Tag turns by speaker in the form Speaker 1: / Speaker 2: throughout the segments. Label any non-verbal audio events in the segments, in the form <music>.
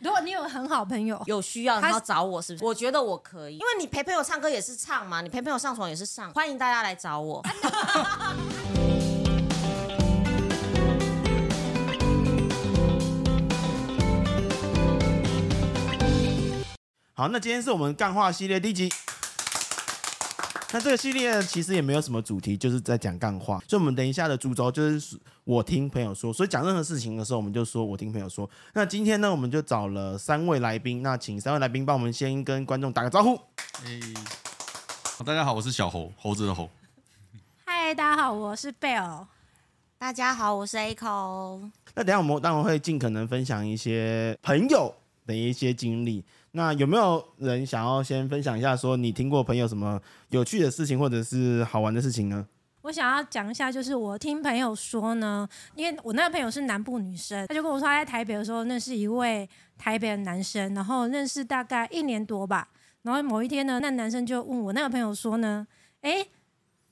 Speaker 1: 如果你有很好朋友，
Speaker 2: <laughs> 有需要
Speaker 1: 他
Speaker 2: 然后找我，是不是？我觉得我可以，因为你陪朋友唱歌也是唱嘛，你陪朋友上床也是上，啊欢迎大家来找我。
Speaker 3: 好，那今天是我们干话系列第一集。那这个系列其实也没有什么主题，就是在讲干话。所以，我们等一下的主轴就是我听朋友说。所以讲任何事情的时候，我们就说我听朋友说。那今天呢，我们就找了三位来宾，那请三位来宾帮我们先跟观众打个招呼。
Speaker 4: 哎，哦大家好，我是小猴，猴子的猴。
Speaker 1: 嗨，大家好，我是贝尔。
Speaker 2: 大家好，我是 Aiko。
Speaker 3: 那等一下我们当然会尽可能分享一些朋友的一些经历。那有没有人想要先分享一下，说你听过朋友什么有趣的事情，或者是好玩的事情呢？
Speaker 1: 我想要讲一下，就是我听朋友说呢，因为我那个朋友是南部女生，她就跟我说她在台北的时候认识一位台北的男生，然后认识大概一年多吧。然后某一天呢，那男生就问我那个朋友说呢，诶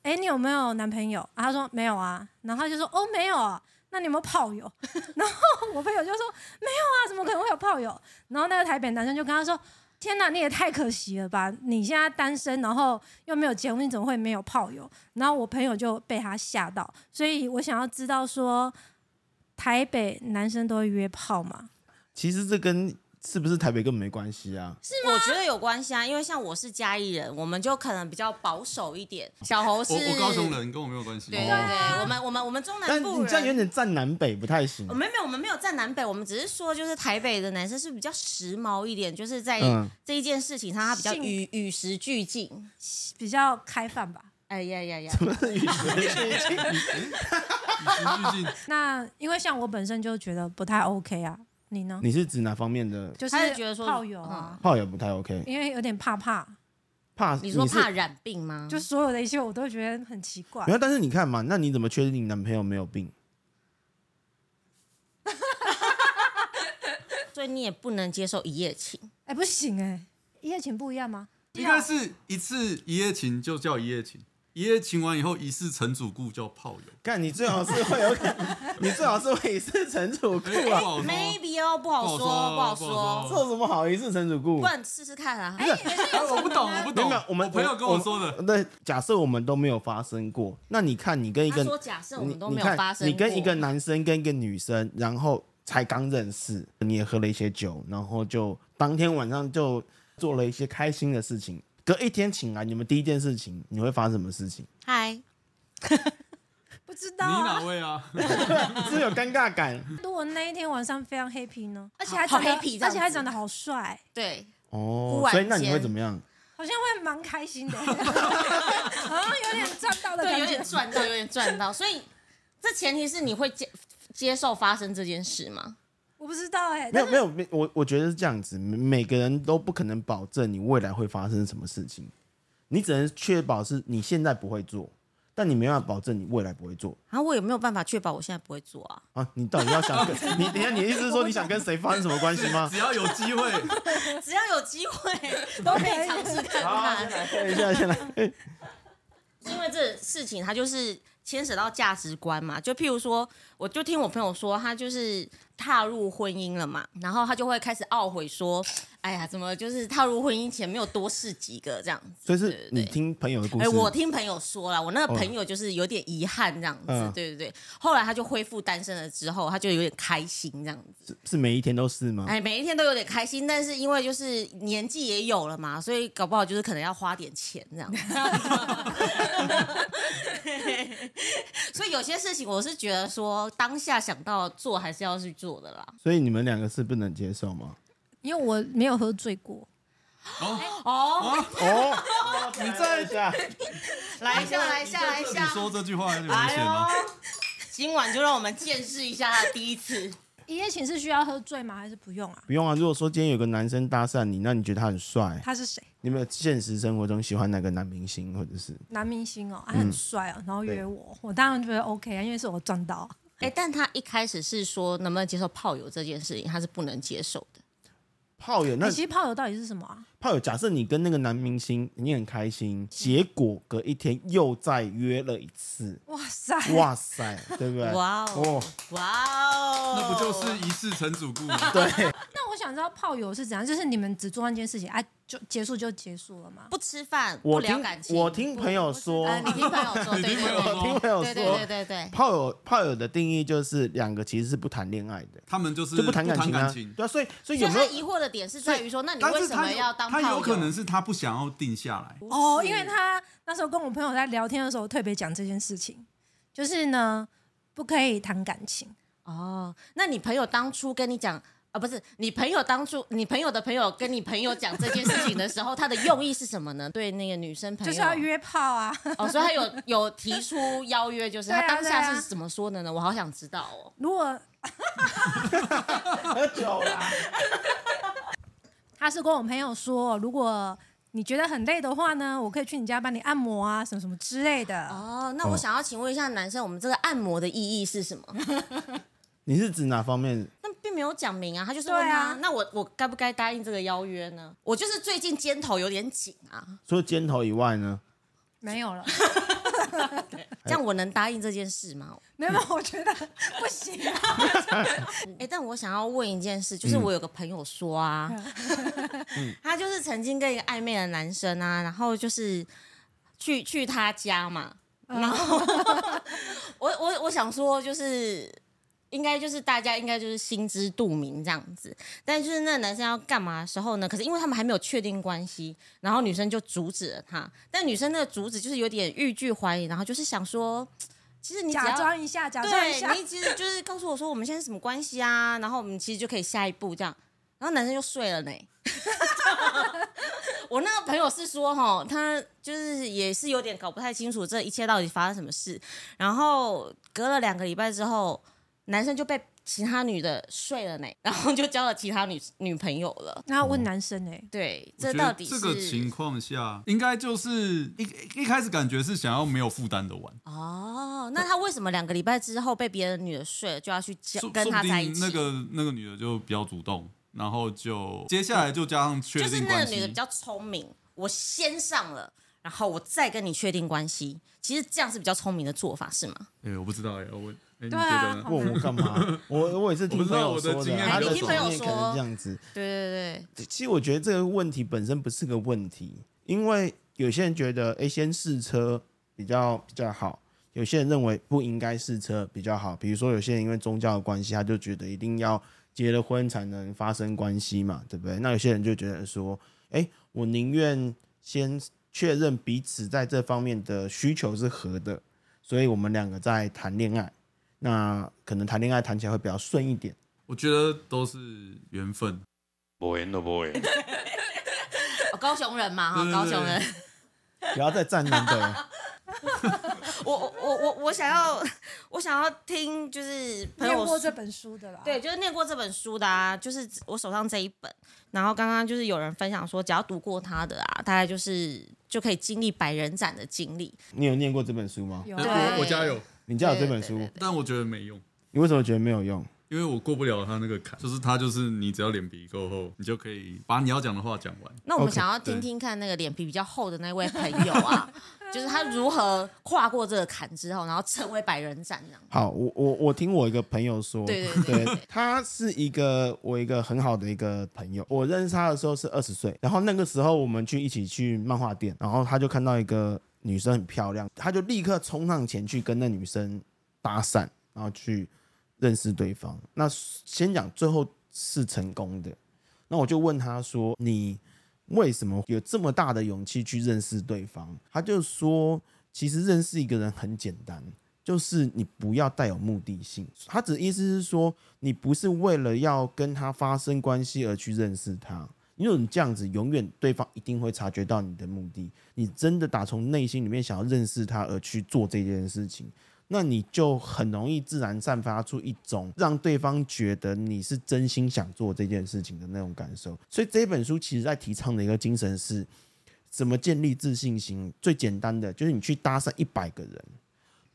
Speaker 1: 诶，你有没有男朋友？啊、他说没有啊，然后他就说哦没有啊，那你有没有炮友？ <laughs> 然后我朋友就说没有啊，怎么可能会有炮友？然后那个台北男生就跟他说。天哪，你也太可惜了吧！你现在单身，然后又没有结婚，你怎么会没有炮友？然后我朋友就被他吓到，所以我想要知道说，台北男生都会约炮吗？
Speaker 3: 其实这跟是不是台北根本没关系啊。
Speaker 2: 我觉得有关系啊，因为像我是嘉义人，我们就可能比较保守一点。小猴是
Speaker 4: 我我高雄，人，跟我没有关系。哦
Speaker 2: 对对对，我们我们我们中
Speaker 3: 但
Speaker 2: 南部
Speaker 3: 你这样有
Speaker 2: 人。
Speaker 3: 点站南北不太行
Speaker 2: 我。哦们没有，我们没有在南北，我们只是说，就是台北的男生是比较时髦一点，就是在
Speaker 3: 嗯
Speaker 2: 这一件事情上，他比较
Speaker 1: 性
Speaker 2: 与与时俱进。
Speaker 1: 比较开放吧。
Speaker 2: 哎呀呀呀！
Speaker 4: 与时俱进。
Speaker 1: 那因为像我本身就觉得不太 OK 啊，你呢？
Speaker 3: 你是指哪方面的
Speaker 1: 就是
Speaker 2: 他是觉得说嗯
Speaker 1: 炮友啊，
Speaker 3: 炮友不太 OK？
Speaker 1: 因为有点怕怕，
Speaker 3: 怕
Speaker 2: 你说怕
Speaker 3: 是
Speaker 2: 染病吗？
Speaker 1: 就所有的一切我都觉得很奇怪
Speaker 3: 没。有，但是你看嘛，那你怎么确定你男朋友没有病？
Speaker 2: 所以你也不能接受一夜情。
Speaker 1: 哎，不行哎，一夜情不一样吗？
Speaker 4: 应该是一次一夜情就叫一夜情，一夜情完以后一世成主顾叫炮友。
Speaker 3: 看你最好是会有感， <laughs> 你最好是会一次成主顾
Speaker 4: 哎
Speaker 3: 啊，
Speaker 4: 好说
Speaker 2: Maybe 哦，不好说，
Speaker 4: 不
Speaker 2: 不好
Speaker 4: 好说不
Speaker 2: 说，
Speaker 4: 好说
Speaker 3: 做什么好一次成主顾
Speaker 2: 不？然试试看啊。
Speaker 4: 哎我不懂，我不懂。
Speaker 3: 没有我们
Speaker 4: 朋友跟我说的，
Speaker 3: 那假设我们都没有发生过，那你看你跟一
Speaker 2: 他
Speaker 3: 个
Speaker 2: 说假设我
Speaker 3: 你
Speaker 2: 们都没
Speaker 3: 你
Speaker 2: 有
Speaker 3: 看
Speaker 2: 发生
Speaker 3: 你跟一个
Speaker 2: 过
Speaker 3: 男生跟一个女生，然后才刚认识，你也喝了一些酒，然后就当天晚上就做了一些开心的事情。隔一天醒来，你们第一件事情你会发生什么事情？ <laughs>
Speaker 2: 嗨，
Speaker 1: 不知
Speaker 4: 你
Speaker 1: 道
Speaker 4: 哪
Speaker 1: 啊。
Speaker 3: <laughs>
Speaker 4: 位啊？
Speaker 3: 是不是有尴尬感
Speaker 1: 如果那一天晚上非常 happy 呢，而且还
Speaker 2: 好
Speaker 1: 长得
Speaker 2: happy 这样子
Speaker 1: 而且还长得好帅，
Speaker 2: 对，
Speaker 3: 哦
Speaker 2: 忽。然
Speaker 3: 所以那你会
Speaker 2: 间
Speaker 3: 怎么样？
Speaker 1: 好像会蛮开心
Speaker 2: <laughs>
Speaker 1: 的，好像有点赚到的
Speaker 2: 对，有
Speaker 1: 感
Speaker 2: 点
Speaker 1: 觉。
Speaker 2: 赚到，有点赚到。所以这前提是你会接接受发生这件事吗？
Speaker 1: 我不知道哎、
Speaker 3: 没有
Speaker 1: 但
Speaker 3: 没
Speaker 1: 是
Speaker 3: 有，没我我觉得是这样子，每每个人都不可能保证你未来会发生什么事情，你只能确保是你现在不会做，但你没办法保证你未来不会做。
Speaker 2: 啊，我有没有办法确保我现在不会做啊？
Speaker 3: 啊，你到底要想跟 <laughs> 你？等一下，你的意思是说你想跟谁发生什么关系吗？
Speaker 4: 只要有机会，
Speaker 2: 只要有机 <laughs> 会都可以尝试看看，
Speaker 3: 等一
Speaker 2: <laughs>
Speaker 3: 下，先来。
Speaker 2: 因为这事情它就是牵扯到价值观嘛。就譬如说，我就听我朋友说，他就是踏入婚姻了嘛，然后他就会开始懊悔说，哎呀，怎么就是踏入婚姻前没有多试几个这样子？
Speaker 3: 所以
Speaker 2: 对
Speaker 3: 是
Speaker 2: 对对
Speaker 3: 你听朋友的故
Speaker 2: 哎、
Speaker 3: 事，哦
Speaker 2: 我听朋友说了，我那个朋友就是有点遗憾这样子，
Speaker 3: 嗯
Speaker 2: 对对对。后来他就恢复单身了之后，他就有点开心这样子，
Speaker 3: 是每一天都是吗？
Speaker 2: 哎、每一天都有点开心，但是因为就是年纪也有了嘛，所以搞不好就是可能要花点钱这样子。 <laughs> 所以有些事情我是觉得说当下想到做还是要去做的啦。
Speaker 3: 所以你们两个是不能接受吗？
Speaker 1: 因为我没有喝醉过，
Speaker 2: 哦，
Speaker 3: 哦，你这一下，
Speaker 2: 来一下，来一下，来一哎
Speaker 4: 你
Speaker 2: 下，
Speaker 4: 说这句话有点危险哦。
Speaker 2: 今晚就让我们见识一下他的第一 <laughs> 次。
Speaker 1: 一夜情是需要喝醉吗？还是不用啊？
Speaker 3: 不用啊。如果说今天有个男生搭讪你，那你觉得他很帅，
Speaker 1: 他是谁？
Speaker 3: 你们现实生活中喜欢哪个男明星，或者是
Speaker 1: 男明星哦，他
Speaker 3: 嗯
Speaker 1: 很帅哦，然后约我，我当然觉得 OK 啊，因为是我赚到。
Speaker 2: 哎、但他一开始是说能不能接受炮友这件事情，他是不能接受的。
Speaker 3: 炮友，那
Speaker 1: 欸你其实炮友到底是什么啊？
Speaker 3: 炮友，假设你跟那个男明星你很开心，结果隔一天又再约了一次，
Speaker 1: 哇塞，
Speaker 3: 哇塞，对不对？
Speaker 2: 哎哇哦，
Speaker 3: 哦，
Speaker 2: 哇哦，
Speaker 4: 那不就是一世成主顾吗？
Speaker 2: 哎 <laughs>
Speaker 3: 对，
Speaker 1: 那我想知道炮友是怎样，就是你们只做那件事情啊，就结束就结束了吗？
Speaker 2: 不吃饭，不
Speaker 3: 我
Speaker 2: 聊
Speaker 3: 听
Speaker 2: 感情，
Speaker 3: 我听朋友说，
Speaker 2: 呃，你听朋友
Speaker 4: <laughs>
Speaker 2: 说，对
Speaker 4: 你
Speaker 2: 对
Speaker 4: 听朋友
Speaker 2: 对
Speaker 4: 说
Speaker 3: 我听朋友
Speaker 2: 对对对
Speaker 3: 说，
Speaker 2: 对对，
Speaker 3: 炮友炮友的定义就是两个其实是不谈恋爱的，
Speaker 4: 他们就是
Speaker 3: 就不谈
Speaker 4: 感
Speaker 3: 感情啊，
Speaker 4: 情。
Speaker 3: 对啊，所以所以
Speaker 2: 所
Speaker 3: 有
Speaker 2: 以
Speaker 3: 没
Speaker 2: 他
Speaker 3: 有
Speaker 2: 疑惑的点是在于说，那你
Speaker 4: 但
Speaker 2: 为
Speaker 4: 是
Speaker 2: 什
Speaker 4: 他
Speaker 2: 么要
Speaker 4: 有
Speaker 2: 当
Speaker 4: 他
Speaker 2: 炮
Speaker 4: 有
Speaker 2: 友
Speaker 4: 可能是他不想要定下来，
Speaker 1: 哦，因为他那时候跟我朋友在聊天的时候特别讲这件事情，就是呢，不可以谈感情。
Speaker 2: 哦，那你朋友当初跟你讲。啊，不是你朋友当初，你朋友的朋友跟你朋友讲这件事情的时候，他的用意是什么呢？对那个女
Speaker 3: 哎
Speaker 2: 生朋友，
Speaker 1: 就是要约炮啊！ <laughs>
Speaker 2: 哦，所以他有有提出邀约，就是他
Speaker 1: 对啊
Speaker 2: 当
Speaker 1: 对
Speaker 2: 下
Speaker 1: 啊
Speaker 2: 是怎么说的呢？我好想知道哦。
Speaker 1: 如果
Speaker 3: 喝酒啦，
Speaker 1: 他是跟我朋友说，如果你觉得很累的话呢，我可以去你家帮你按摩啊，什么什么之类的。
Speaker 2: 哦，那我想要请问一下男生，我们这个按摩的意义是什么？
Speaker 3: <laughs> 你是指哪方面？
Speaker 2: 那并没有讲明啊，他就是问
Speaker 1: 对
Speaker 2: 他，
Speaker 1: 啊
Speaker 2: 那我我该不该答应这个邀约呢？我就是最近肩头有点紧啊，
Speaker 3: 除了肩头以
Speaker 2: <laughs>
Speaker 3: 外呢？
Speaker 1: 没有了， <laughs>
Speaker 2: 这样我能答应这件事吗？
Speaker 1: 没有，我觉得不行、啊。嗯
Speaker 2: 哎、但我想要问一件事，就是我有个朋友说啊，
Speaker 1: 嗯
Speaker 2: <laughs> 他就是曾经跟一个暧昧的男生啊，然后就是去去他家嘛，
Speaker 1: 嗯
Speaker 2: 然后我我我想说就是。应该就是大家应该就是心知肚明这样子，但就是那个男生要干嘛的时候呢？可是因为他们还没有确定关系，然后女生就阻止了他。但女生那个阻止就是有点欲拒还迎，然后就是想说，其 <laughs> 实你只要
Speaker 1: 假装一下，假装一下
Speaker 2: 对，你其实就是 <laughs> 告诉我说我们现在是什么关系啊，然后我们其实就可以下一步这样，然后男生就睡了呢。 <laughs> 我那个朋友是说，哈，他就是也是有点搞不太清楚这一切到底发生什么事。然后隔了两个礼拜之后，男生就被其他女的睡了呢，然后就交了其他女女朋友了。
Speaker 1: 然后问男生哎、
Speaker 2: 对，
Speaker 4: 我觉
Speaker 2: 这
Speaker 4: 得
Speaker 2: 到底
Speaker 4: 这
Speaker 2: 是
Speaker 4: 个情况下，应该就是一一一开始感觉是想要没有负担的玩，
Speaker 2: 哦？那他为什么两个礼拜之后被别的女的睡了，就要去交
Speaker 4: 说
Speaker 2: 跟
Speaker 4: 说
Speaker 2: 他
Speaker 4: 不
Speaker 2: 在一
Speaker 4: 定
Speaker 2: 起？
Speaker 4: 那个那个女的就比较主动，然后就接下来就加上确
Speaker 2: 就是
Speaker 4: 定
Speaker 2: 那
Speaker 4: 关
Speaker 2: 个女的
Speaker 4: 系
Speaker 2: 比，较聪明，我先上了，然后我再跟你确定关系。其实这样是比较聪明的做法，是吗？
Speaker 4: 哎、我不知道哎、我问，哎、你
Speaker 1: 对啊
Speaker 4: 觉得呢？
Speaker 3: 问我干嘛？我我也是听朋友
Speaker 4: 我不
Speaker 3: 说
Speaker 4: 知道我的经验
Speaker 3: 他
Speaker 4: 比较
Speaker 3: 的
Speaker 4: 少
Speaker 3: 经验可能这样子。
Speaker 2: 对对
Speaker 3: 其实我觉得这个问题本身不是个问题，因为有些人觉得，哎，先试车比较比较好。有些人认为不应该试车比较好，比如说有些人因为宗教的关系，他就觉得一定要结了婚才能发生关系嘛，对不对？那有些人就觉得说，哎，我宁愿先确认彼此在这方面的需求是合的，所以我们两个在谈恋爱，那可能谈恋爱谈起来会比较顺一点。
Speaker 4: 我觉得都是缘分，
Speaker 5: 无缘都无缘。
Speaker 2: 对，哦高雄人嘛，哈，
Speaker 4: 对对
Speaker 2: 高雄人。
Speaker 3: 不要再站男的了，
Speaker 2: <laughs> 我我我我我想要，我想要听，就是朋
Speaker 1: 念
Speaker 2: 友
Speaker 1: 过
Speaker 2: 说
Speaker 1: 这本书的啦。
Speaker 2: 对，，就是念过这本书的啊，就是我手上这一本。然后刚刚就是有人分享说，只要读过他的啊，大概就是就可以经历百人斩的经历。
Speaker 3: 你有念过这本书吗？
Speaker 1: 有
Speaker 4: 但
Speaker 1: 啊
Speaker 4: 哎我我家有，
Speaker 3: 你家有这本书，
Speaker 4: 但我觉得没用。
Speaker 3: 你为什么觉得没有用？
Speaker 4: 因为我过不了他那个坎，就是他就是你只要脸皮够厚，你就可以把你要讲的话讲完。？
Speaker 2: 那我们
Speaker 3: OK，
Speaker 2: 想要听听看那个脸皮比较厚的那位朋友 <laughs> 啊，就是他如何跨过这个坎之后，然后成为百人斩这样。
Speaker 3: 好，我我我听我一个朋友说，
Speaker 2: 对
Speaker 3: <laughs>
Speaker 2: 对对对
Speaker 3: 他是一个我一个很好的一个朋友，我认识他的时候是二十岁，然后那个时候我们去一起去漫画店，然后他就看到一个女生很漂亮，他就立刻冲上前去跟那女生搭讪，然后去认识对方。那先讲最后是成功的，那我就问他说：“你为什么有这么大的勇气去认识对方？”他就说：“其实认识一个人很简单，就是你不要带有目的性。他指意思是说，你不是为了要跟他发生关系而去认识他。”因为你这样子，永远对方一定会察觉到你的目的。你真的打从内心里面想要认识他而去做这件事情，那你就很容易自然散发出一种让对方觉得你是真心想做这件事情的那种感受。所以这本书其实在提倡的一个精神是，怎么建立自信心？最简单的就是你去搭讪一百个人，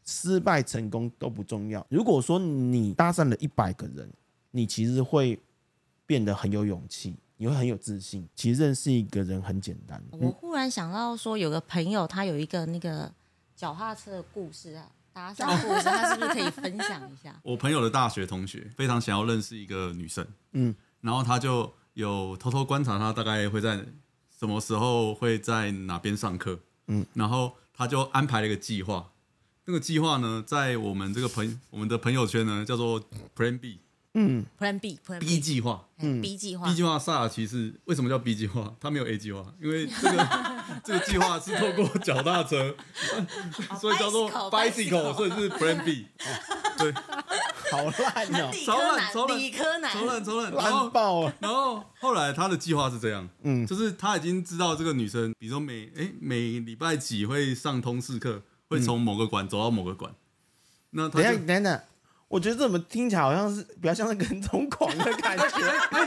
Speaker 3: 失败成功都不重要。如果说你搭讪了一百个人，你其实会变得很有勇气，你会很有自信。其实认识一个人很简单，
Speaker 2: 我忽然想到说，有个朋友他有一个那个脚踏车的故事啊，打赏故事，他是不是可以分享一下
Speaker 4: 我朋友的大学同学非常想要认识一个女生，
Speaker 3: 嗯
Speaker 4: 嗯，然后他就有偷偷观察她大概会在什么时候会在哪边上课，嗯，然后他就安排了一个计划。那个计划呢，在我们这个朋我们的朋友圈呢，叫做 Plan B
Speaker 2: Plan B，Plan
Speaker 4: B 计划。
Speaker 2: 嗯 B 计划
Speaker 4: B 计划萨尔奇是为什么叫 B 计划？它没有 A 计划，因为这个这个计划是透过脚踏车，所以叫做
Speaker 2: bicycle，bicycle
Speaker 4: bicycle，所以是 Plan B。对，
Speaker 3: 好烂哦、
Speaker 2: 理
Speaker 4: 超
Speaker 2: 科
Speaker 4: 懒
Speaker 2: 男
Speaker 4: 超，懒
Speaker 2: 理科男，
Speaker 4: 承认承认。然后
Speaker 3: 烂爆了。
Speaker 4: 然后后来他的计划是这样，
Speaker 3: 嗯
Speaker 4: 嗯，就是他已经知道这个女生，比如说每哎每礼拜几会上通识课，会从某个馆走到某个馆。那他
Speaker 3: 等一下，
Speaker 4: 就
Speaker 3: 等等，我觉得这怎么听起来好像是比较像是跟踪狂的感觉， <laughs>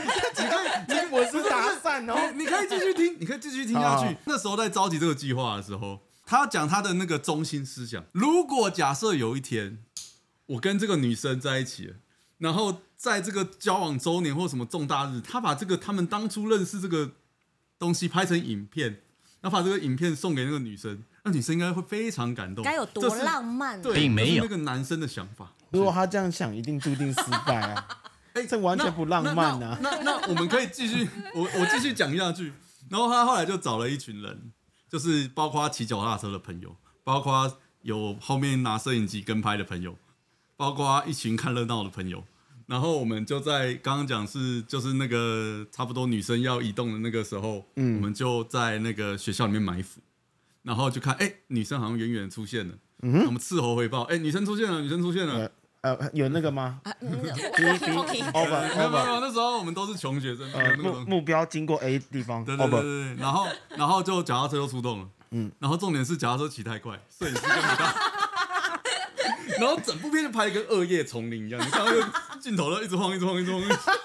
Speaker 3: 这不是搭讪哦。
Speaker 4: 你可以继续听，你可以继续听下
Speaker 3: 好
Speaker 4: 去。那时候在召集这个计划的时候，他讲他的那个中心思想：如果假设有一天我跟这个女生在一起了，然后在这个交往周年或什么重大日，他把这个他们当初认识这个东西拍成影片，然后把这个影片送给那个女生，那女生应该会非常感动。
Speaker 2: 该有多
Speaker 4: 这是
Speaker 2: 浪漫啊？
Speaker 4: 对，
Speaker 5: 并没有
Speaker 4: 这是那个男生的想法。
Speaker 3: 如果他这样想，一定注定失败啊！
Speaker 4: 哎
Speaker 3: 这完全不浪漫啊
Speaker 4: 那那那那我们可以继续，我我继续讲下去。然后他后来就找了一群人，就是包括骑脚踏车的朋友，包括有后面拿摄影机跟拍的朋友，包括一群看热闹的朋友。然后我们就在刚刚讲是就是那个差不多女生要移动的那个时候，嗯，我们就在那个学校里面埋伏，然后就看哎、女生好像远远地出现了，嗯，我们斥候汇报，哎、女生出现了，女生出现了，
Speaker 3: 呃 <laughs> 呃，有那个吗
Speaker 2: 嗯
Speaker 3: ？B
Speaker 2: OK，OK
Speaker 3: over
Speaker 4: 没有没有没
Speaker 3: over，
Speaker 4: 有，那时候我们都是穷学生，没有
Speaker 3: 呃，
Speaker 4: 那个
Speaker 3: 目
Speaker 4: 东西
Speaker 3: 目标经过 A 地方
Speaker 4: 对对对
Speaker 3: over，
Speaker 4: 对对，然后 <laughs> 然后就脚踏车就出动了，嗯，然后重点是脚踏车骑太快，摄影师跟不到， <laughs> 然后整部片就拍得跟恶夜丛林一样，你看那个镜头都一直晃，一直晃，一直晃。一直晃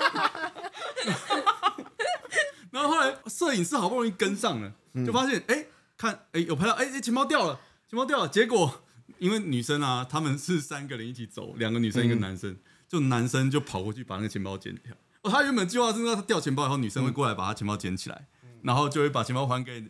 Speaker 4: 然后后来摄影师好不容易跟上了，就发现哎、看哎有拍到哎哎钱包掉了，钱包掉了，结果因为女生啊，他们是三个人一起走，两个女生一个男生，就男生就跑过去把那个钱包捡掉。哦，他原本计划是让他掉钱包以后，女生会过来把他钱包捡起来，然后就会把钱包还给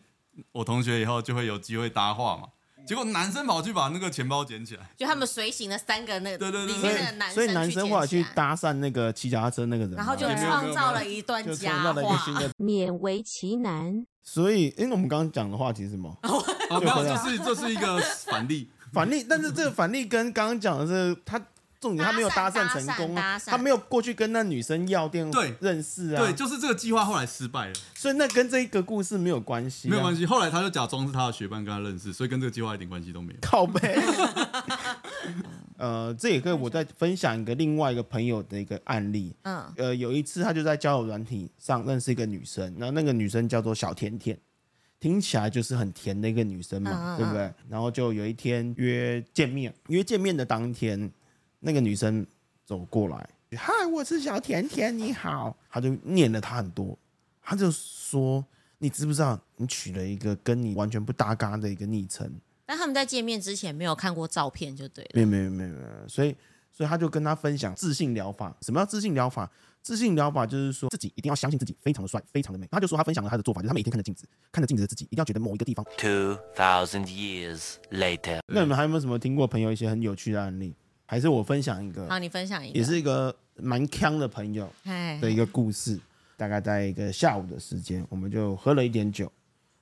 Speaker 4: 我同学，以后就会有机会搭话嘛。结果男生跑去把那个钱包捡起
Speaker 2: <laughs>
Speaker 4: 来，
Speaker 2: 就他们随行的三个那个
Speaker 4: 对对对
Speaker 2: 里
Speaker 3: 所
Speaker 2: 面的
Speaker 3: 以
Speaker 2: 男
Speaker 3: 所以男生后来去
Speaker 2: 捡起来，
Speaker 3: 搭讪那个骑脚踏车那个人嘛，
Speaker 2: 然后就
Speaker 4: 也没有
Speaker 2: 创造了一段
Speaker 3: 就创
Speaker 2: 佳
Speaker 3: 造了一个新
Speaker 2: 话。
Speaker 3: 的。
Speaker 6: 勉为其难。
Speaker 3: 所以，因为我们刚刚讲的话题是什么？
Speaker 4: 啊，没有，
Speaker 3: 对
Speaker 4: 这
Speaker 3: 啊
Speaker 4: 是这是一个反例。
Speaker 3: 反例，但是这个反例跟刚刚讲的是他。重点他没有搭讪成功啊
Speaker 2: 搭讪搭，讪
Speaker 3: 他没有过去跟那女生要电
Speaker 4: 对
Speaker 3: 认识啊，
Speaker 4: 对，就是这个计划后来失败了，
Speaker 3: 所以那跟这一个故事没有关系、啊，
Speaker 4: 没有关系。后来他就假装是他的学伴跟他认识，所以跟这个计划一点关系都没有。
Speaker 3: 靠
Speaker 2: <laughs>
Speaker 3: 背。呃，这也可以我再分享一个另外一个朋友的一个案例。
Speaker 2: 嗯，
Speaker 3: 呃，有一次他就在交友软体上认识一个女生，然后那个女生叫做小甜甜，听起来就是很甜的一个女生嘛，
Speaker 2: 嗯嗯嗯
Speaker 3: 对不对？然后就有一天约见面，约见面的当天，那个女生走过来，嗨，我是小甜甜，你好。他就念了她很多，他就说，你知不知道你取了一个跟你完全不搭嘎的一个昵称？
Speaker 2: 但他们在见面之前没有看过照片就对了。
Speaker 3: 没有没有没有没有，所以所以他就跟他分享自信疗法。什么叫自信疗法？自信疗法就是说自己一定要相信自己非常的帅，非常的美。他就说他分享了他的做法，就是他每天看着镜子，看着镜子的自己，一定要觉得某一个地方。
Speaker 7: 2,000 years later.
Speaker 3: 那你们还有没有什么听过朋友一些很有趣的案例？还是我分享一个，
Speaker 2: 好，你分享一个，
Speaker 3: 也是一个蛮强的朋友
Speaker 2: 哎
Speaker 3: 的一个故事。大概在一个下午的时间，我们就喝了一点酒，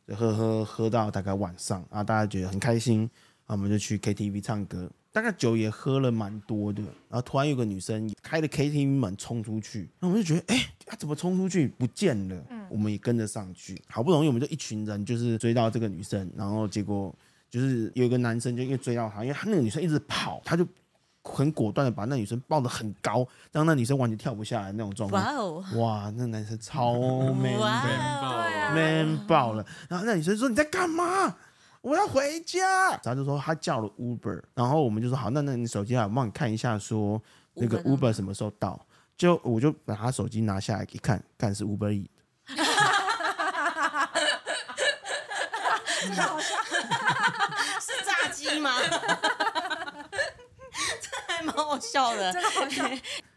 Speaker 3: 就喝喝喝到大概晚上啊，大家觉得很开心，啊，我们就去 KTV 唱歌，大概酒也喝了蛮多的，然后突然有个女生开了 KTV 门冲出去，那我们就觉得，哎、她怎么冲出去不见了？我们也跟着上去，好不容易我们就一群人就是追到这个女生，然后结果就是有一个男生就因为追到她，因为她那个女生一直跑，他就。很果断的把那女生抱得很高，让那女生完全跳不下来那种状况。
Speaker 2: 哇哦，
Speaker 3: <laughs> 哇，那男生超 man
Speaker 2: 哇
Speaker 3: 的
Speaker 2: 哦，
Speaker 3: 啊 man 爆了。然后那女生说：“你在干嘛？我要回家。”然后就说她叫了 Uber，然后我们就说：“好，那那你手机啊，我帮你看一下说，那个
Speaker 2: Uber
Speaker 3: Uber 什么时候到？”就我就把她手机拿下来一看，看是 Uber E。
Speaker 1: <laughs>
Speaker 2: 是炸 <laughs> 鸡吗？这还蛮好笑的，
Speaker 1: 真的好笑。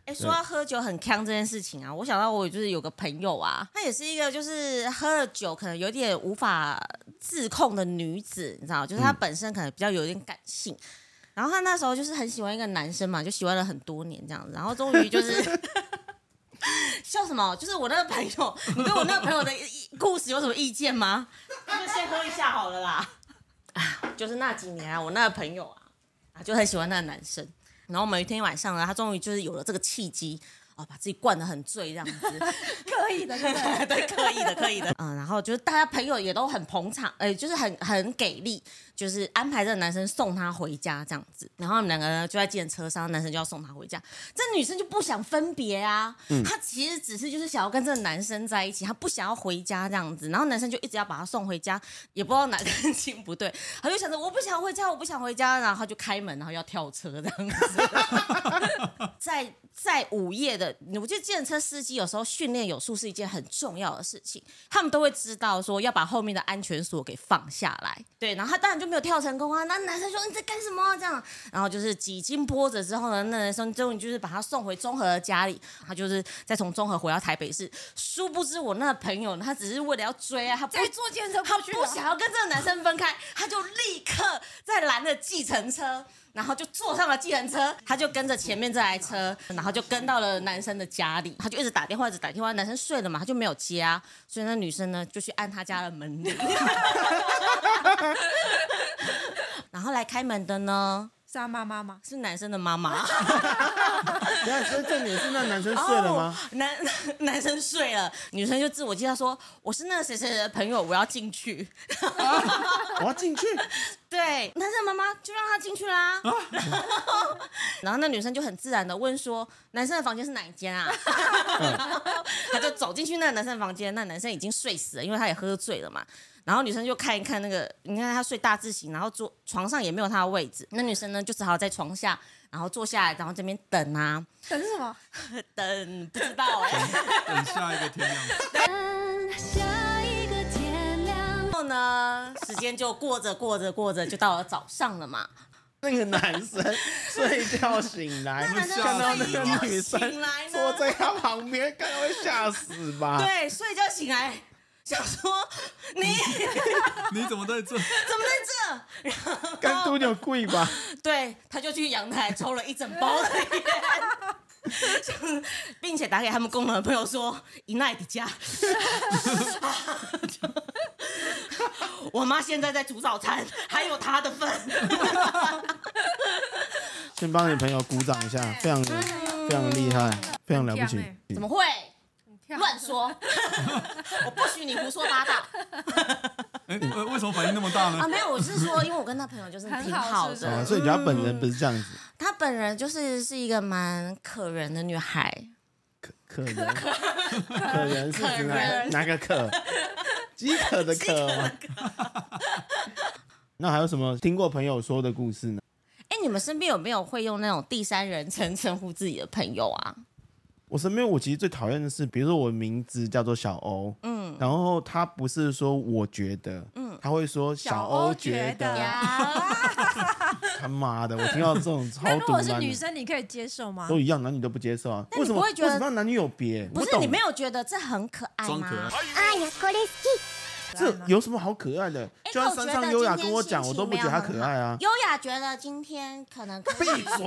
Speaker 2: 哎、说到喝酒很呛这件事情啊，我想到我就是有个朋友啊，她也是一个就是喝了酒可能有点无法自控的女子，你知道，就是她本身可能比较有点感性。然后她那时候就是很喜欢一个男生嘛，就喜欢了很多年这样子，然后终于就是 <laughs> 笑什么？就是我那个朋友，你对我那个朋友的意故事有什么意见吗？那就先喝一下好了啦。啊，就是那几年啊，我那个朋友啊，啊就很喜欢那个男生。然后某一天晚上呢，他终于就是有了这个契机，哦，把自己灌得很醉这样子，
Speaker 1: <laughs> 刻意的，对不对？
Speaker 2: <laughs> 对，可以的，可以的。嗯，然后就是大家朋友也都很捧场，哎、就是很很给力，就是安排这个男生送她回家这样子。然后他们两个人就在计程车上，男生就要送她回家。这女生就不想分别啊，她其实只是就是想要跟这个男生在一起，她不想要回家这样子。然后男生就一直要把她送回家，也不知道哪 <laughs> 根筋不对，她就想着我不想回家，我不想回家，然后她就开门，然后要跳车这样子。在在午夜的，我觉得电车司机有时候训练有素是一件很重要的事情，他们都会知道说要把后面的安全锁给放下来。对，然后他当然就没有跳成功啊。那男生说你在干什么、啊、这样，然后就是几经波折之后呢，那男生终于就是把他送回中和的家里，他就是再从中和回到台北市。殊不知我那个朋友呢，他只是为了要追啊，他不
Speaker 1: 在做健身
Speaker 2: 他
Speaker 1: 跑去
Speaker 2: 不想要跟这个男生分开，他就立刻在拦了计程车，然后就坐上了计程车，他就跟着前面这台车，然后就跟到了男生的家里，他就一直打电话，一直打电话，男生睡了嘛，他就没有接啊，所以那女生呢就去按他家的门 <laughs> 铃，然后来开门的呢
Speaker 1: 是他妈妈吗？
Speaker 2: 是男生的妈妈。
Speaker 3: 等一下，所以重点是那男生睡了吗？
Speaker 2: 哦？ <laughs> 男男生睡了，女生就自我介绍说：“我是那个谁谁谁的朋友，我要进去。”哦
Speaker 3: 我要进去，
Speaker 2: 对，男生妈妈就让他进去啦。 <laughs> 然后那女生就很自然的问说：“男生的房间是哪一间啊？” <laughs> 他就走进去那个男生的房间，那男生已经睡死了，因为他也喝醉了嘛。然后女生就看一看那个，你看他睡大字型，然后坐床上也没有他的位置，那女生呢就只好在床下，然后坐下来，然后这边等啊
Speaker 1: 等什么？
Speaker 2: 等，不知道哎、
Speaker 4: 等下一个天亮。
Speaker 2: 嗯
Speaker 8: 下一个天亮
Speaker 2: 然，后呢，时间就过着过着过着，就到了早上了嘛。
Speaker 3: 那个男生睡觉醒来，
Speaker 2: <laughs> 那男生
Speaker 3: <laughs> 看到那个女
Speaker 2: 睡
Speaker 3: 生
Speaker 2: 觉醒来呢
Speaker 3: 坐在他旁边，看到会吓死吧？
Speaker 2: 对，睡觉醒来想说你
Speaker 4: 你怎么在这？
Speaker 2: 怎么在哦
Speaker 3: 跟杜牛贵吧？
Speaker 2: 这？ <laughs> 对，他就去阳台抽了一整包的烟。想并且打给他们工人的朋友说：“一奈的家， <laughs> 我妈现在在煮早餐，还有她的份。
Speaker 3: 先帮你朋友鼓掌一下，非常非常厉害，非常了不起
Speaker 1: 很强欸。
Speaker 2: <laughs> 怎么会
Speaker 1: 跳
Speaker 2: 乱说？ <laughs> 我不许你胡说八道。”
Speaker 4: 哎、呃为什么反应那么大呢
Speaker 2: <laughs> 啊，？没有，我是说，因为我跟他朋友就是
Speaker 1: 很
Speaker 2: 挺
Speaker 1: 好
Speaker 2: 好
Speaker 1: 是不是
Speaker 2: 的，
Speaker 3: 啊，所以他本人不是这样子，
Speaker 2: 她本人就是是一个蛮可人的女孩，
Speaker 3: 可可能可能是指
Speaker 2: 可
Speaker 3: 哪
Speaker 2: 人
Speaker 3: 哪个可？饥渴的渴吗？那还有什么听过朋友说的故事呢？
Speaker 2: 哎、你们身边有没有会用那种第三人称称呼自己的朋友啊？
Speaker 3: 我身边我其实最讨厌的是，比如说我名字叫做小欧，嗯，然后他不是说我觉得，嗯，他会说小欧
Speaker 1: 小欧觉
Speaker 3: 觉得
Speaker 1: 得，
Speaker 4: <laughs>
Speaker 2: 呀，
Speaker 3: 他妈的，我听到这种
Speaker 1: 那
Speaker 3: 超
Speaker 1: 如
Speaker 3: 毒
Speaker 1: 果是
Speaker 3: 男
Speaker 1: 女
Speaker 3: 的，
Speaker 1: 生，你可以接受吗？
Speaker 3: 都一样，男女都不接受啊？
Speaker 2: 啊那你
Speaker 3: 为什么？
Speaker 2: 不会觉得
Speaker 3: 为什么要男女有别？
Speaker 2: 不是
Speaker 3: 懂啊
Speaker 2: 你没有觉得这很可爱
Speaker 4: 装可
Speaker 2: 吗？
Speaker 4: 爱，
Speaker 3: 这有什么好可爱的？就
Speaker 2: 可啊
Speaker 3: 像
Speaker 2: 哎我
Speaker 3: 山
Speaker 2: 觉
Speaker 3: 上
Speaker 2: 得
Speaker 3: 优雅
Speaker 2: 今
Speaker 3: 跟
Speaker 2: 天
Speaker 3: 我
Speaker 2: 心
Speaker 3: 讲，我
Speaker 2: 情
Speaker 3: 都不
Speaker 2: 没
Speaker 3: 觉
Speaker 2: 有
Speaker 3: 得她
Speaker 2: 很
Speaker 3: 可
Speaker 2: 好
Speaker 3: 爱啊！
Speaker 2: 优雅觉得今天可能跟
Speaker 3: 闭嘴！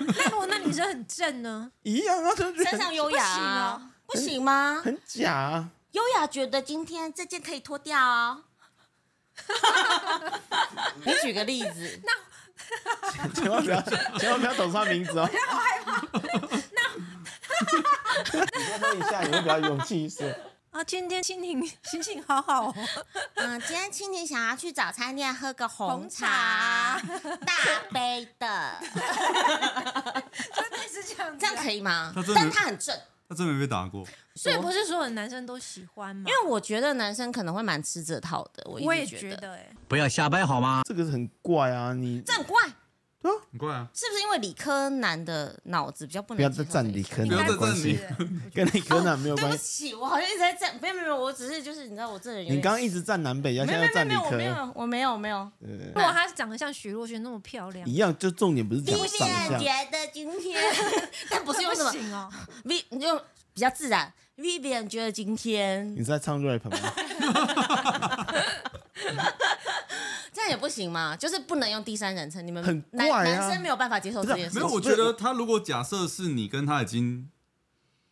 Speaker 1: 那如果那女生很正呢？
Speaker 3: 一样啊，真的觉
Speaker 2: 身
Speaker 3: 得
Speaker 2: 上优雅、啊，不行吗？
Speaker 3: 很
Speaker 2: <laughs>
Speaker 3: 假啊。
Speaker 2: 优雅觉得今天这件可以脱掉
Speaker 4: <laughs>
Speaker 2: 哦。你举个例子，
Speaker 3: 千万不要，千万不要抖出他名字哦！我
Speaker 2: <laughs>
Speaker 3: 好害怕。那你再问一下，你会比较有勇气一些。
Speaker 1: 啊，今天心情 <laughs> 心情好好哦，
Speaker 2: 嗯，今天青婷想要去早餐店喝个红茶，大杯
Speaker 4: <laughs>
Speaker 2: 的，
Speaker 1: 类似这样子啊
Speaker 2: 这样可以吗
Speaker 4: 他真？的
Speaker 2: 但他很正，
Speaker 4: 他真没被打过。
Speaker 1: 所以不是所有男生都喜欢吗？
Speaker 2: 因为我觉得男生可能会蛮吃这套的，我
Speaker 1: 我
Speaker 2: 一
Speaker 1: 也
Speaker 2: 直
Speaker 1: 觉
Speaker 2: 觉得
Speaker 1: 得，哎，
Speaker 9: 不要瞎掰好吗？
Speaker 3: 这个很怪啊！你
Speaker 2: 这很怪。
Speaker 4: 很快啊，
Speaker 2: 是不是因为理科男的脑子比较不能
Speaker 3: 不要
Speaker 2: 接
Speaker 3: 再
Speaker 2: 受
Speaker 3: 站
Speaker 2: 这
Speaker 3: 理
Speaker 2: 些
Speaker 3: 科
Speaker 4: 不
Speaker 3: 男
Speaker 4: 要再
Speaker 3: 的
Speaker 4: 站
Speaker 3: 关
Speaker 4: 理
Speaker 3: 系，跟理科男没有
Speaker 2: 对
Speaker 3: 关
Speaker 2: 不
Speaker 3: 系。
Speaker 2: 起，我好像一直在站，没有没有没有，我只是就是你知道我这人有
Speaker 3: 你
Speaker 2: 点
Speaker 3: 刚刚一直站南北，要
Speaker 2: 没
Speaker 3: 现
Speaker 2: 有
Speaker 3: 在
Speaker 2: 没
Speaker 3: 又站理
Speaker 2: 有没有没
Speaker 3: 科，
Speaker 2: 有我没有我没有没有，
Speaker 1: 如果她长得像许若瑄那么漂亮
Speaker 3: 一，样，就重点不是讲长相，
Speaker 2: 觉得今天， <laughs> 但不是用什么
Speaker 1: 不行哦，
Speaker 2: V，你就比较自然。Vivian 觉得今
Speaker 3: 你
Speaker 2: 天
Speaker 3: 是在唱 rap 吗？
Speaker 2: 这样也不行嘛，就是不能用第三人称，你们
Speaker 3: 很
Speaker 2: 男
Speaker 3: 怪啊
Speaker 2: 男生没有办法接受这件事
Speaker 4: 没有。我
Speaker 2: 情。
Speaker 4: 觉得他如果假设是你跟他已经，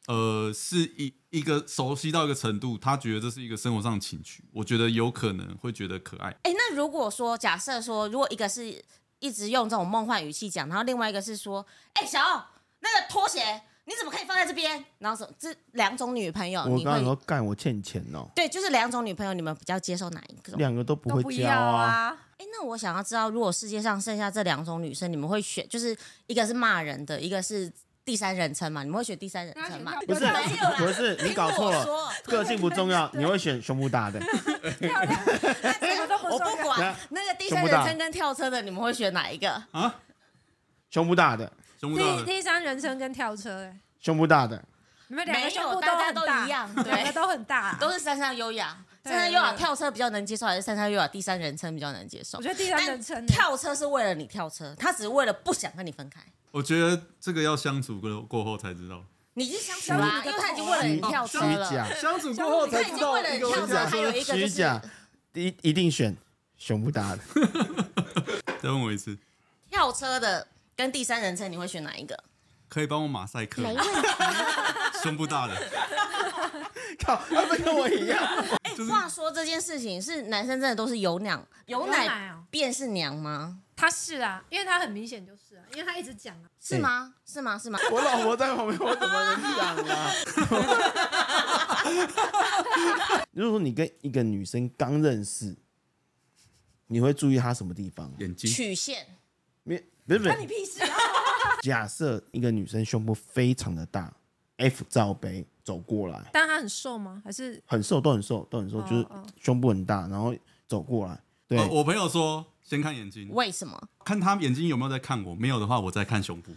Speaker 4: 呃，是一一个熟悉到一个程度，他觉得这是一个生活上的情趣，我觉得有可能会觉得可爱。
Speaker 2: 哎，那如果说假设说，如果一个是一直用这种梦幻语气讲，然后另外一个是说，哎，小奥那个拖鞋你怎么可以放在这边？然后什么这两种女朋友，
Speaker 3: 我
Speaker 2: 哦你
Speaker 3: 刚刚说
Speaker 2: 会
Speaker 3: 干，我欠钱哦，
Speaker 2: 对，就是两种女朋友，你们比较接受哪一种？
Speaker 3: 两个都不
Speaker 1: 都不
Speaker 3: 会
Speaker 1: 一
Speaker 3: 教
Speaker 1: 样
Speaker 3: 啊。
Speaker 1: 啊。
Speaker 2: 哎，那我想要知道，如果世界上剩下这两种女生，你们会选，就是一个是骂人的，一个是第三人称嘛？你们会选第三人称嘛？
Speaker 3: 不是
Speaker 1: 有道理啦
Speaker 3: 不是，你搞错
Speaker 2: 我
Speaker 3: 了，
Speaker 2: 说，
Speaker 3: 个性不
Speaker 2: <laughs>
Speaker 3: 重要，你会选胸部大的。
Speaker 1: 漂亮，什么都不
Speaker 2: 我
Speaker 1: 重
Speaker 2: 不
Speaker 1: <laughs> 要。
Speaker 2: 管那个第三人称跟跳车的，你们会选哪一个？
Speaker 3: 胸部大的，
Speaker 4: 胸部大
Speaker 1: 第
Speaker 4: 的，
Speaker 1: 第三人称跟跳车、欸，
Speaker 3: 胸部大的，
Speaker 1: 你们两个胸部
Speaker 2: 没有大
Speaker 1: 很
Speaker 2: 家都
Speaker 1: 大，
Speaker 2: 一样对
Speaker 1: 两个都很大、啊
Speaker 2: 都是山上优雅，
Speaker 1: 对
Speaker 2: 山上优雅
Speaker 1: 对
Speaker 2: 跳车比较能接受，还是山上优雅第三人称比较能接受
Speaker 1: 我？觉得第三
Speaker 2: 但
Speaker 1: 人称、欸，
Speaker 2: 跳车是为了你跳车，他只是为了不想跟你分开。
Speaker 4: 我觉得这个要相处过过后才知道。
Speaker 2: 你已经相处啦，啊因为
Speaker 1: 啊
Speaker 2: 他已经为了你跳车
Speaker 3: 虚
Speaker 2: 了。
Speaker 3: 假，
Speaker 4: 呃相处过后才知道一个
Speaker 2: 他已经为了跳
Speaker 4: 人
Speaker 2: 车
Speaker 4: 假
Speaker 2: 还有
Speaker 4: 说，
Speaker 2: 一个就
Speaker 3: 虚
Speaker 2: 是
Speaker 3: 假，一一定选胸部大的。 <laughs>
Speaker 4: 再问我一次，
Speaker 2: 跳车的跟第三人称，你会选哪一个？
Speaker 4: 可以帮我马赛克
Speaker 2: <laughs>
Speaker 4: 吗
Speaker 6: 没问
Speaker 3: <laughs>
Speaker 6: 题，
Speaker 4: 胸部大的，
Speaker 3: 靠，他们跟我一样，
Speaker 4: 就是
Speaker 2: 话说这件事情是男生真的都是有娘有
Speaker 1: 有奶哦
Speaker 2: 奶便是娘吗？
Speaker 1: 他是啊，因为他很明显就是啊，因为他一直讲啊，
Speaker 2: 是吗？是吗？是吗？
Speaker 3: 我老婆在旁边，我怎么能讲啊？ <laughs> 如果说你跟一个女生刚认识，你会注意她什么地方？啊
Speaker 4: 眼睛
Speaker 2: 曲线
Speaker 3: 没，不是不是，
Speaker 2: 屁事啊！
Speaker 3: <laughs> 假设一个女生胸部非常的大，F 罩杯走过来，
Speaker 1: 但他很瘦吗？还是
Speaker 3: 很瘦，都很瘦，都很瘦，
Speaker 2: 嗯
Speaker 1: 哦
Speaker 3: 就是
Speaker 1: 哦
Speaker 3: 胸部很大，然后走过来，对，
Speaker 2: 哦
Speaker 4: 呃我朋友说，先看眼睛，
Speaker 2: 为什么？
Speaker 4: 看他眼睛有没有在看我，没有的话，我再看胸部。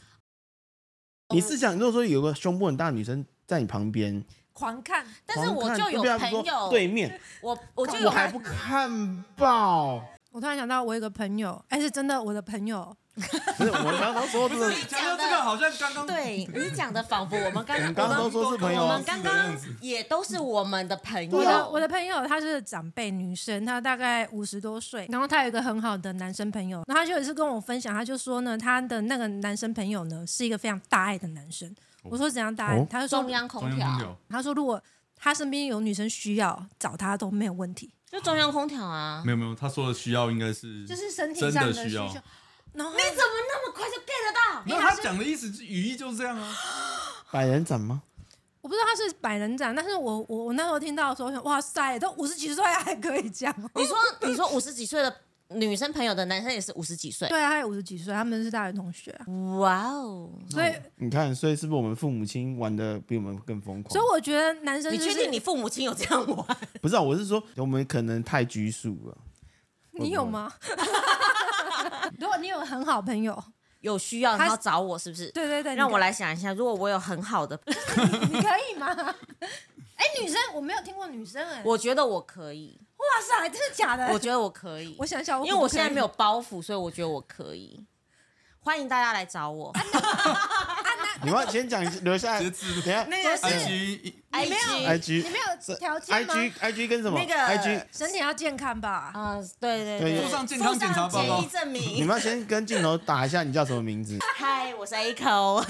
Speaker 3: 你是想，如果说有个胸部很大的女生在你旁边，
Speaker 1: 狂看？
Speaker 2: 但是我
Speaker 3: 狂看
Speaker 2: 就有
Speaker 3: 不要
Speaker 2: 朋
Speaker 3: 说
Speaker 2: 友，
Speaker 3: 对面，
Speaker 2: 我我就
Speaker 3: 我
Speaker 2: 有
Speaker 3: 还不看爆？
Speaker 1: 我突然想到，我有个朋友，哎、是真的，我的朋友，
Speaker 3: 不是，我们刚刚
Speaker 2: <laughs>
Speaker 3: 说这个，
Speaker 4: 讲到这个好像刚刚
Speaker 2: 对你讲的，仿佛我们刚
Speaker 3: 我们
Speaker 2: 刚
Speaker 3: 刚刚都说是朋友
Speaker 2: 我
Speaker 3: 啊
Speaker 2: 们刚刚也都是我们的朋友。
Speaker 1: 我的我的朋友，她是长辈女生，她大概五十多岁，然后她有一个很好的男生朋友，然后她就有一次跟我分享，她就说呢，她的那个男生朋友呢是一个非常大爱的男生。我说怎样大爱
Speaker 3: 哦？
Speaker 1: 她就说
Speaker 2: 中央
Speaker 4: 中
Speaker 2: 空
Speaker 4: 央空
Speaker 2: 调，
Speaker 4: 调，
Speaker 1: 他说如果他身边有女生需要找他都没有问题，
Speaker 2: 就中央空调啊！
Speaker 4: 没有没有，他说的需要应该嗯是
Speaker 1: 就是身体
Speaker 4: 真
Speaker 1: 上
Speaker 4: 的
Speaker 1: 需
Speaker 4: 需要。
Speaker 1: 然后
Speaker 2: 你怎么那么快就 get 到？
Speaker 4: 没有，他讲的意思语义就是这样啊。
Speaker 3: 百人斩吗？
Speaker 1: 我不知道他是百人斩，但是我我我那时候听到的时候，我想哇塞，都五十几岁了还可以这样。
Speaker 2: 你说你说五十几岁的女生朋友的男生也是五十几岁，
Speaker 1: 对啊，他也五十几岁，他们是大学同学
Speaker 4: 嗯
Speaker 1: 啊、
Speaker 2: 哇哦！
Speaker 1: 所以
Speaker 3: 你看，所以是不是我们父母亲玩的比我们更疯狂？
Speaker 1: 所以我觉得男生
Speaker 2: 你
Speaker 1: 就是、
Speaker 2: 确定你父母亲有这样 <laughs> 玩？
Speaker 3: 不是啊，我是说我们可能太拘束了。
Speaker 1: 你有吗？ <laughs> 如果你有很好朋友，
Speaker 2: 有需要
Speaker 1: 他
Speaker 2: 然后找我是不是？
Speaker 1: 对对对，
Speaker 2: 让
Speaker 1: 你
Speaker 2: 我
Speaker 1: 可
Speaker 2: 来想一下，如果我有很好的，
Speaker 1: 以，你可以吗？ <laughs> 哎、女生我没有听过女生哎、
Speaker 2: 我觉得我可以，
Speaker 1: 哇塞，真的假的？
Speaker 2: 我觉得我可以
Speaker 1: <laughs> 我，想想，
Speaker 2: 因为我现在
Speaker 1: 有。
Speaker 2: 没有包袱，所以我觉得我可以。欢迎大家来找我。
Speaker 1: 啊
Speaker 3: 你们先讲，留下来。
Speaker 4: 截
Speaker 3: 等
Speaker 4: 至
Speaker 3: 一下
Speaker 2: 那个是
Speaker 4: IG
Speaker 2: 哎，没
Speaker 3: i g
Speaker 1: 你没有条件吗
Speaker 3: IG IG 跟什么
Speaker 2: 那个
Speaker 3: ？IG，
Speaker 1: 身体要健康吧？
Speaker 2: 啊，对对
Speaker 3: 对
Speaker 2: 对，
Speaker 3: 附
Speaker 4: 上健康检查报
Speaker 2: 附上建
Speaker 4: 告
Speaker 2: 议证
Speaker 3: 你
Speaker 2: 明。
Speaker 3: 们要先跟镜头打一下，你叫什么名
Speaker 2: <laughs>
Speaker 3: 字？
Speaker 2: 嗨，我是 A 口，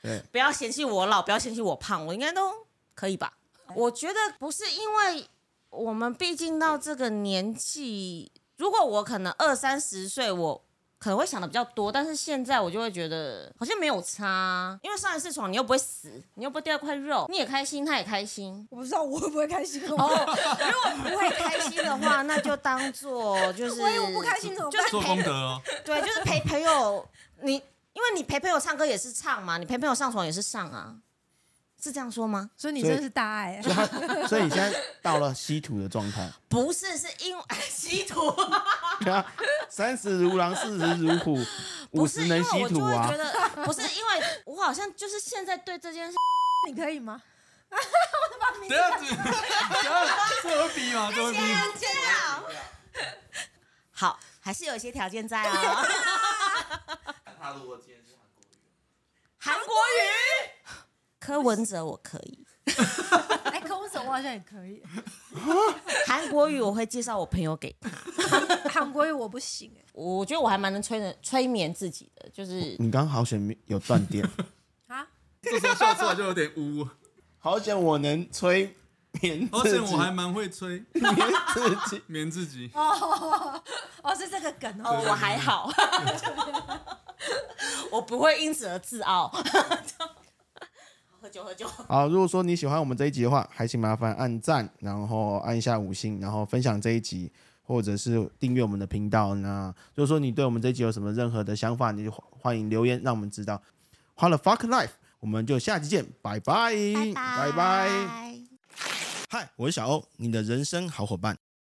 Speaker 3: 对
Speaker 2: <laughs>
Speaker 3: <laughs>
Speaker 2: 不要嫌弃我老，不要嫌弃我胖，我应该都可以吧？
Speaker 1: 哎
Speaker 2: 我觉得不是因为我们毕竟到这个年纪，如果我可能二三十岁，我。可能会想的比较多，但是现在我就会觉得好像没有差，因为上一次床你又不会死，你又不会掉一块肉，你也开心，他也开心，
Speaker 1: 我不知道我会不会开心
Speaker 2: 哦，
Speaker 1: 哦。
Speaker 2: 如果不会 <laughs> 开心的话，那就当做就是。
Speaker 1: 万一我不开心怎么办？
Speaker 4: 做功德哦，
Speaker 2: 对，就是陪朋友，你因为你陪朋友唱歌也是唱嘛，你陪朋友上床也是上啊，是这样说吗？
Speaker 1: 所以你真的是大爱、欸
Speaker 3: 所以他，所以你现在到了稀土的状态。 <laughs>
Speaker 2: 不是，是因为 <laughs> 稀土，
Speaker 3: 三十如狼，四十如虎，五
Speaker 2: 不是
Speaker 3: 十
Speaker 2: 因
Speaker 3: 能
Speaker 2: 为
Speaker 3: 稀
Speaker 2: 我就
Speaker 3: 土
Speaker 2: 会
Speaker 3: 啊
Speaker 2: 觉！得，不是因为我好像就是现在对这件事，
Speaker 1: 你可以
Speaker 2: <laughs>
Speaker 1: 吗？
Speaker 4: 等一下这等一下这会逼吗？这会逼？
Speaker 2: 好，还是有一些条件 <laughs> 在啊。
Speaker 5: 他如果今天是韩国
Speaker 2: 韩国语，柯文哲我可以，
Speaker 1: 哎、跟我走，我好像也可以。 <laughs>
Speaker 2: 韩国语我会介绍我朋友给他。
Speaker 1: 韩国语我不行、哎
Speaker 2: 我觉得我还蛮能催人催眠自己的，就是
Speaker 3: 你刚好险有断电，
Speaker 1: 啊，
Speaker 4: 这时候笑出来就有点污。
Speaker 3: 好险我能催眠
Speaker 4: 而
Speaker 3: 自
Speaker 4: 且
Speaker 3: 己，
Speaker 4: 我还蛮会吹，
Speaker 3: 眠自己。
Speaker 4: 免自己。
Speaker 1: 哦， <laughs> 是这个梗
Speaker 2: 哦
Speaker 1: 哦，，
Speaker 2: 我还好， <laughs> 我不会因此而自傲。 <laughs> 喝酒喝酒，
Speaker 3: 好，如果说你喜欢我们这一集的话，还请麻烦按赞，然后按一下五星，然后分享这一集，或者是订阅我们的频道。那如果说你对我们这一集有什么任何的想法，你就欢欢迎留言让我们知道。花了 fuck life，我们就下期见，拜拜，拜拜。嗨，我是小欧，你的人生好伙伴。